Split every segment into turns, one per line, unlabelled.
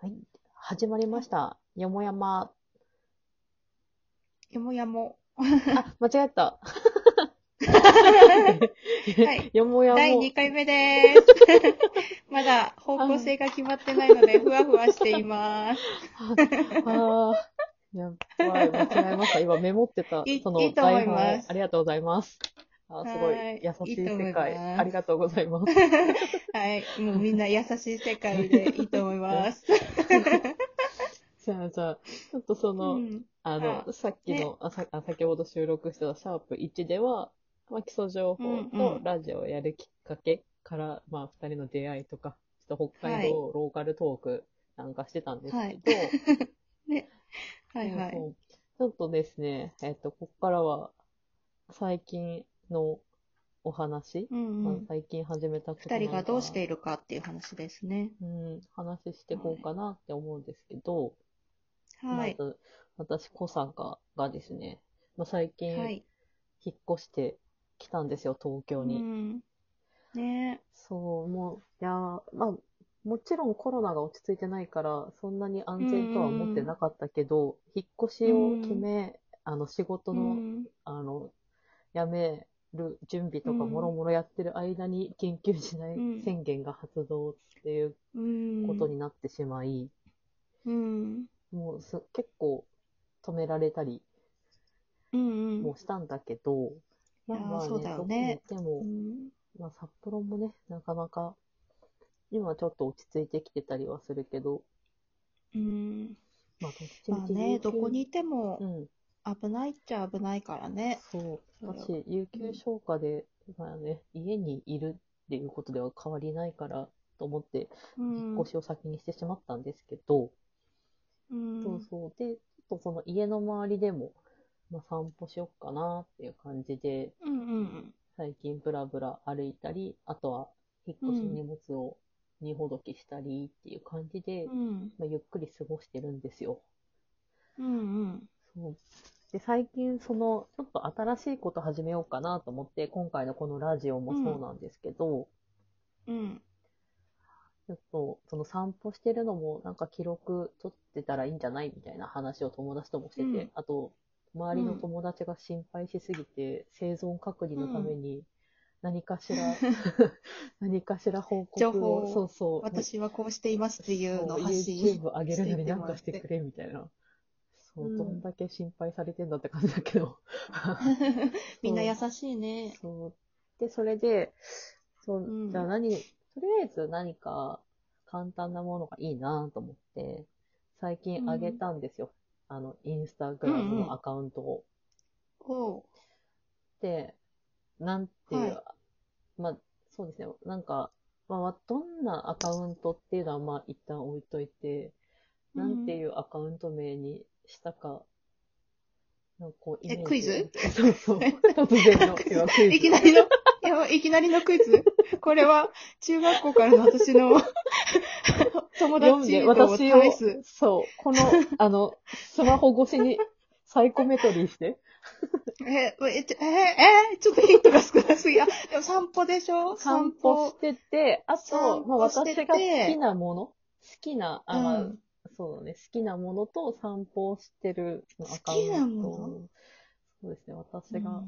はい、始まりました。よもやま。
よもやも。
あ、間違えた。
は い。
よもやも。
第2回目です。 まだ方向性が決まってないので、ふわふわしています。
ああ。やばい、間違えました。今メモってた、
いそのい台本あ
りがとうございます。あすごい、優しい世界いい。ありがとうございます。
はい。もうみんな優しい世界でいいと思います。
じゃあ、じゃあ、ちょっと その、うん、あのあ、さっきの、ね、あさ、先ほど収録してたシャープ1では、まあ、基礎情報とラジオをやるきっかけから、うんうん、まあ、二人の出会いとか、ちょっと北海道ローカルトークなんかしてたんですけど、はい
ね、 はいはいそう
そう。ちょっとですね、えっ、と、ここからは、最近のお話、
うんうん、
最近始めたこと
二人がどうしているかっていう話ですね。
うん、話していこうかなって思うんですけど、はい
はい、、
まず、私、小坂がですね、まあ、最近、引っ越してきたんですよ、東京に。うん
ね
そう、もう、いやまあ、もちろんコロナが落ち着いてないから、そんなに安全とは思ってなかったけど、引っ越しを決め、あの、仕事の、あの、辞める準備とかもろもろやってる間に、緊急事態宣言が発動っていうことになってしまい、
うん
もうす結構止められたりもしたんだけど、うん
うん、まあまあ、ね、そうだよね。
でも、うん、まあ札幌もね、なかなか、今ちょっと落ち着いてきてたりはするけど、
うん。
まあ、
まあね、どこにいても、危ないっちゃ危ないからね。
うん、そう。私、有給消化で、まあね、家にいるっていうことでは変わりないから、と思って、引っ越しを先にしてしまったんですけど、
うん、
そうそう。で、ちょっとその家の周りでも、まあ、散歩しよっかなっていう感じで、
うんうん、
最近ブラブラ歩いたり、あとは引っ越し荷物を荷ほどきしたりっていう感じで、
うん、
まあ、ゆっくり過ごしてるんですよ。
うんうん、
そうで最近、その、ちょっと新しいこと始めようかなと思って、今回のこのラジオもそうなんですけど、
うん、うん
ちょっと、その散歩してるのも、なんか記録取ってたらいいんじゃないみたいな話を友達ともしてて、うん、あと、周りの友達が心配しすぎて、うん、生存確認のために、何かしら、 うん、何かしら報告
情報
そうそう。
私はこうしていますっていうのを発信
YouTube 上げるのに何かしてくれみたいな。そう、どんだけ心配されてんだって感じだけど。
みんな優しいね。
そう。で、それで、そう、じゃあ何、とりあえず何か簡単なものがいいなと思って、最近あげたんですよ。うん、あの、インスタグラムのアカウントを。
うん
うん、で、なんていう、はい、まあ、そうですね。なんか、まあ、どんなアカウントっていうのは、まあ、一旦置いといて、うん、なんていうアカウント名にしたか、なんかこう、
イメージ。え、クイズ
そう そう。突然の、
クイズ。いきなりの。 いや、いきなりのクイズ。これは、中学校からの 私の友達
を試す。そう。この、あの、スマホ越しにサイコメトリーして。
え、え、え、え、ちょっとヒントが少なすぎ。あ、でも散歩でしょ
散歩してて、あと、まあ、私が好きなもの好きな、あ、うん、そうだね。好きなものと散歩をしてる
好きなもの
そうですね。私が好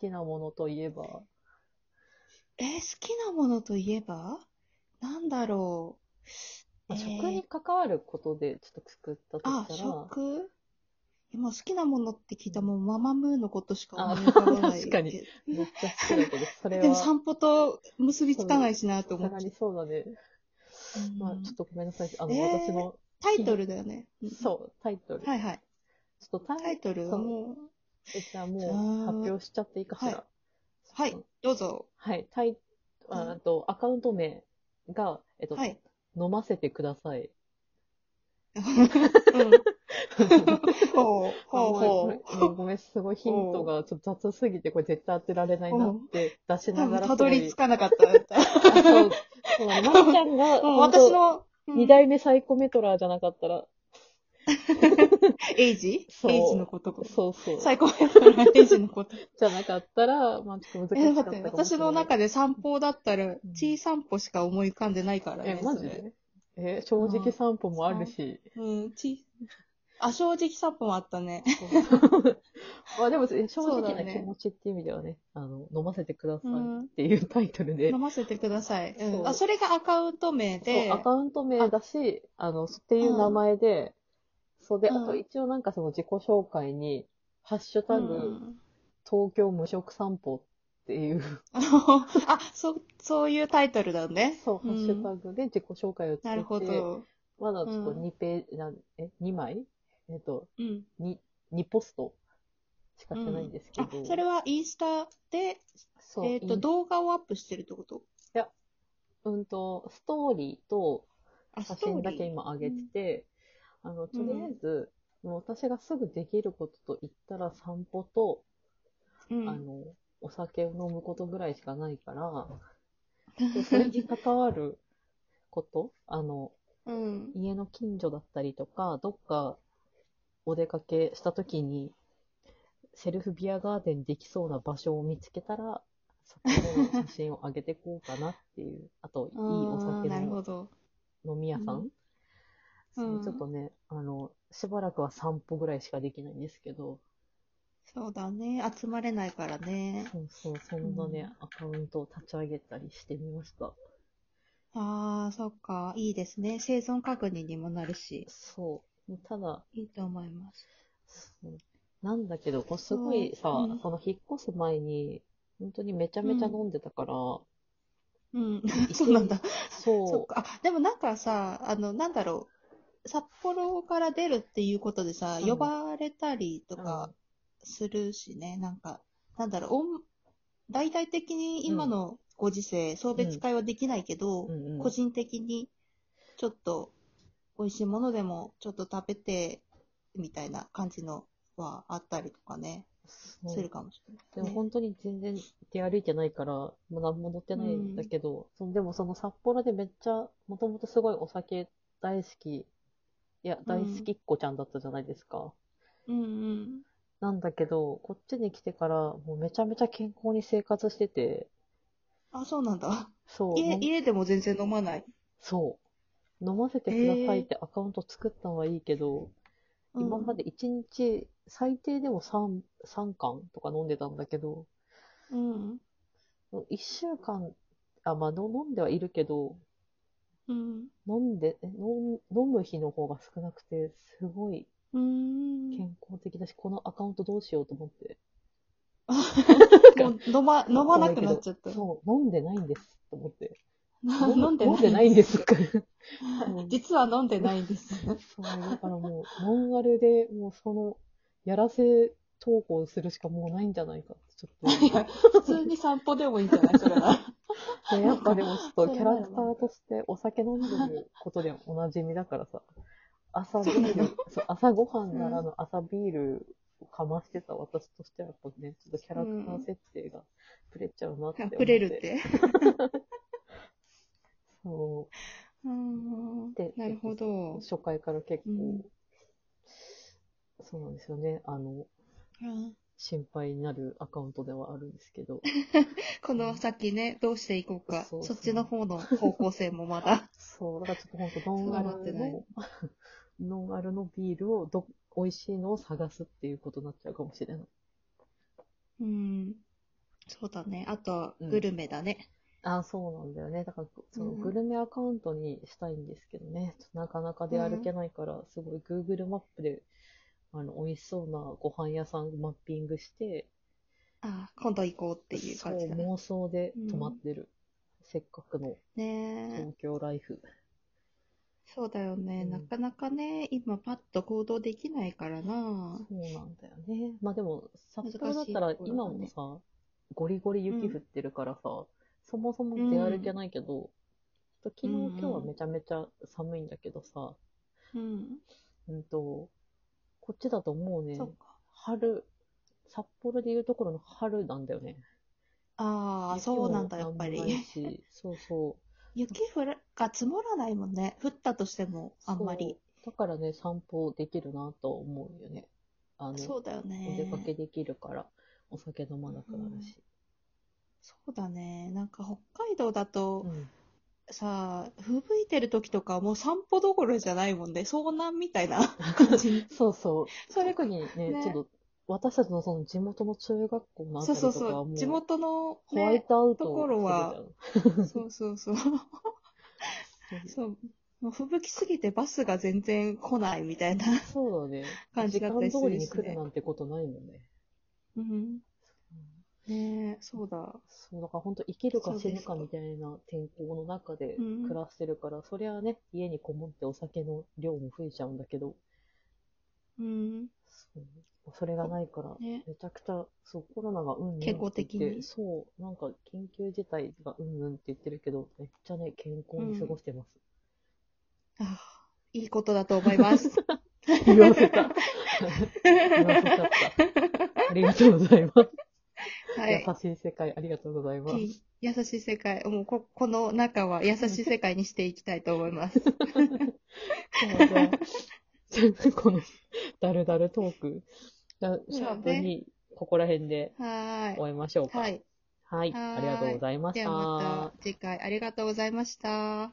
きなものといえば、うん
えー、好きなものといえばなんだろう、
えー。食に関わることでちょっと作ったとした
ら。あ、食今好きなものって聞いたもうママムーのことしか思い浮かばない。
確かに。めっちゃ好きだけど、それは。
でも散歩と結びつかないしなと思って。
なそうだね。まあちょっとごめんなさい。あの、えー、私の。
タイトルだよね。
そう、タイトル。
はいはい。
ちょっと
タイトルはもう。
え、じゃあもう発表しちゃっていいかしら。はい
はい、どうぞ。
はい、タイ、あと、アカウント名が、えっと、
はい、
飲ませてくださ い。
うん、 ほうほう
ほうごめん、すごいヒントがちょっと雑すぎて、これ絶対当てられないなって出しながら。
たどり着かなかった。
そう。そう、まっちゃんが、
私の、
二代目サイコメトラーじゃなかったら、
エイジエイジのこと。
そうそう。
最高やからエイジのこ と。
じゃなかったら、まあちょっと難しかった
私の中で散歩だったら、小散歩しか思い浮かんでないからね。
え、マジでえ、正直散歩もあるし。
うん、ち、あ、正直散歩もあったね。
まあでも、正直
そうだ
な
ね
気持ちっていう意味ではね、あの、飲ませてください
うん
っていうタイトルで、
飲ませてください。う。
そうん
あ、それがアカウント名で。
そうアカウント名だし、あの、そっていう名前で、そうで、
うん
あと一応なんかその自己紹介に、ハッシュタグ、
うん
東京無職散歩っていう、
あ、そう、そういうタイトルだね。
そう、ハ
ん
ッシュタグで自己紹介をつけ
なるほ
て、
ど。
まだちょっと
うん
2ページ、なんえ、2枚えっと、
うん。
2、2ポストしかしてないんですけ
あ
ど、、
それはインスタで、
そう、
えっと、
イン
動画をアップしてるってこと
うんと、ストーリーと
あ、
写
ストー
真
リ
だけ
ー。
今上げてて、あの、とりあえず、もう私がすぐできることと言ったら散歩と、
うん
あの、お酒を飲むことぐらいしかない から、でそれに関わること、あの、
うん。
家の近所だったりとか、どっかお出かけした時に、セルフビアガーデンできそうな場所を見つけたら、そこでの写真を上げていこうかなっていう、あと、いいお
あ
酒
ーなる
の
ほど。
飲み屋さん、
うん
そうちょっとね、あの、しばらくは散歩ぐらいしかできないんですけど、
そうだね。集まれないからね。
そうそう、そんなね、
うん
アカウントを立ち上げたりしてみました。
ああ、そっか。いいですね。生存確認にもなるし。
そう。ただ、
いいと思います。
そうなんだけど、こうすごいさ、
うん
その引っ越す前に、本当にめちゃめちゃ飲んでたから、
うん。 そうなんだ。そ
そ
っか。あ、でもなんかさ、あの、なんだろう。札幌から出るっていうことでさ、
うん
呼ばれたりと
う。
かするしね。なんか、なんだろう。おん大々的に今のご時世、送別会はできないけど、
うんうんうん
個人的にちょっと美味しいものでもちょっと食べてみたいな感じのはあったりとかね、
うん
するかもしれない、
で
ね。
も本当に全然出歩いてないから、もう何も乗ってないんだけど、そのでもその札幌でめっちゃ、もともとすごいお酒大好き、いや、大好きっ子ちゃんだったじゃないですか。
うんうん。
なんだけど、こっちに来てから、もうめちゃめちゃ健康に生活してて、
あ、そうなんだ。
そう、
家
飲ん
家でも全然飲まない。
そう。飲ませてくださいってアカウント作ったのはいいけど、
うん
今まで1日最低でも 3, 3缶とか飲んでたんだけど、
うん。
1週間、あ、まあ、の飲んではいるけど、
うん。
飲んで、え飲ん飲む日の方が少なくて、すごい
うん。
健康的だし、このアカウントどうしようと思って。
もう飲ま、飲まなくなっちゃった。
そう、飲んでないんですと思って。
飲んで
飲んでないんです
す。
かうん
実は飲んでないんです。
そう、だからもう、ノンアルで、もうその、やらせ投稿するしかもうないんじゃないかって、ちょっ
いや、普通に散歩でもいいんじゃないそれは。
と。でやっぱでもちょっと
そ
キャ
れな
ラ
ら
クターとしてお酒飲んでることでおなじみだからさ、朝ビ
そうだ
ー
よ
ル、そう朝ごはんならの朝ビールをかましてた私としてはやっぱね、ちょっとキャラクター設定がプレっちゃうなって思って。
溢れるっ。て。
そう
ーん
で
なるほ
う、
ど。
初回から結構、
うん
そうなんですよね、あの、
うん
心配になるアカウントではあるんですけど。
この先ね、どうしていこうか。
そう
そっちの方の方向性もまだ。
そう、だからちょっと本当ノンア
そうなって
ル
ない
の、ノンアルのビールをど、美味しいのを探すっていうことになっちゃうかもしれない。
うん。そうだね。あとは、
うん
グルメだね。
あそうなんだよね。だから、その
うん
グルメアカウントにしたいんですけどね。ちょっとなかなか出歩けないから、すごい Google マップで、あの、美味しそうなご飯屋さんマッピングして、
ああ、今度行こうっていう感じだ
そう
ね。
妄想で泊まってる。せっかくの
ねえ
東京ライフ。
そうだよね。
うん
なかなかね、今パッと行動できないからな。
そうなんだよね。まあでも、札幌だ
難
っ
しい
たら
ところ
今
だ
も
ね
さ、ゴリゴリ雪降ってるからさ、そもそも出歩けないけど、ちょっと昨日、
うんうん
今日はめちゃめちゃ寒いんだけどさ、
うん。
うんと、こっちだともうね
そ、うか。
春、札幌でいうところの春なんだよね。
ああ、
雪も
そうなんだ、やっぱ
あんまない
り。
しそうそ
雪降ら、が積もらないもんね。降ったとしても、
う。
あんまり。
そう。だからね、散歩できるなとは思うよね。あの、
そうだよ
お出かけ
ね。
できるから、お酒飲まなくなるし。
そうだね。なんか北海道だと、
うん
さあ、吹雪いてる時とかもう散歩どころじゃないもんね、遭難みたい な感じに。
そうそう。
それ
特にね、
ね
ちょっと、私たちのその地元の中学校のあた
そう
り
そ
と
う
かは
そ
も
う、
う、
地元の、
ホワイ
ね、
トアウト
ところは
する
そうそうそう。
じゃん
そう。もう吹雪すぎてバスが全然来ないみ たいな。
そうだね。
感じだった
時
りす
間通
るし
りに
ね
来るなんてことないもんね。
うん。
うん
ねえ、そうだ。
そう、だから本当生きるか
そう
死
で
ぬ
すか
かみたいな天候の中で
うん
暮らしてるから、そりゃね、家にこもってお酒の量も増えちゃうんだけど、
うん。
そうそれがないから、
ね
めちゃくちゃ、そう、コロナがうんうんって
健康
言って
的に
そう、なんか緊急事態がうんうんって言ってるけど、めっちゃね、健康に過ごしてます。
ああいいことだと思い ます。
言わせた。言わせちゃった。ありがとうございます。
はい。
優しい世界、ありがとうございます。
き優しい世界、もうここの中は優しい世界にしていきたいと思 います。
そうじゃあこのダルダルトーク、じゃあシャープ
そう
にここら辺で
は
終
ーい。
えましょうか。
はい。
はい、
はーい
ありがとうございまし
で
た。
はまた次回ありがとうございました。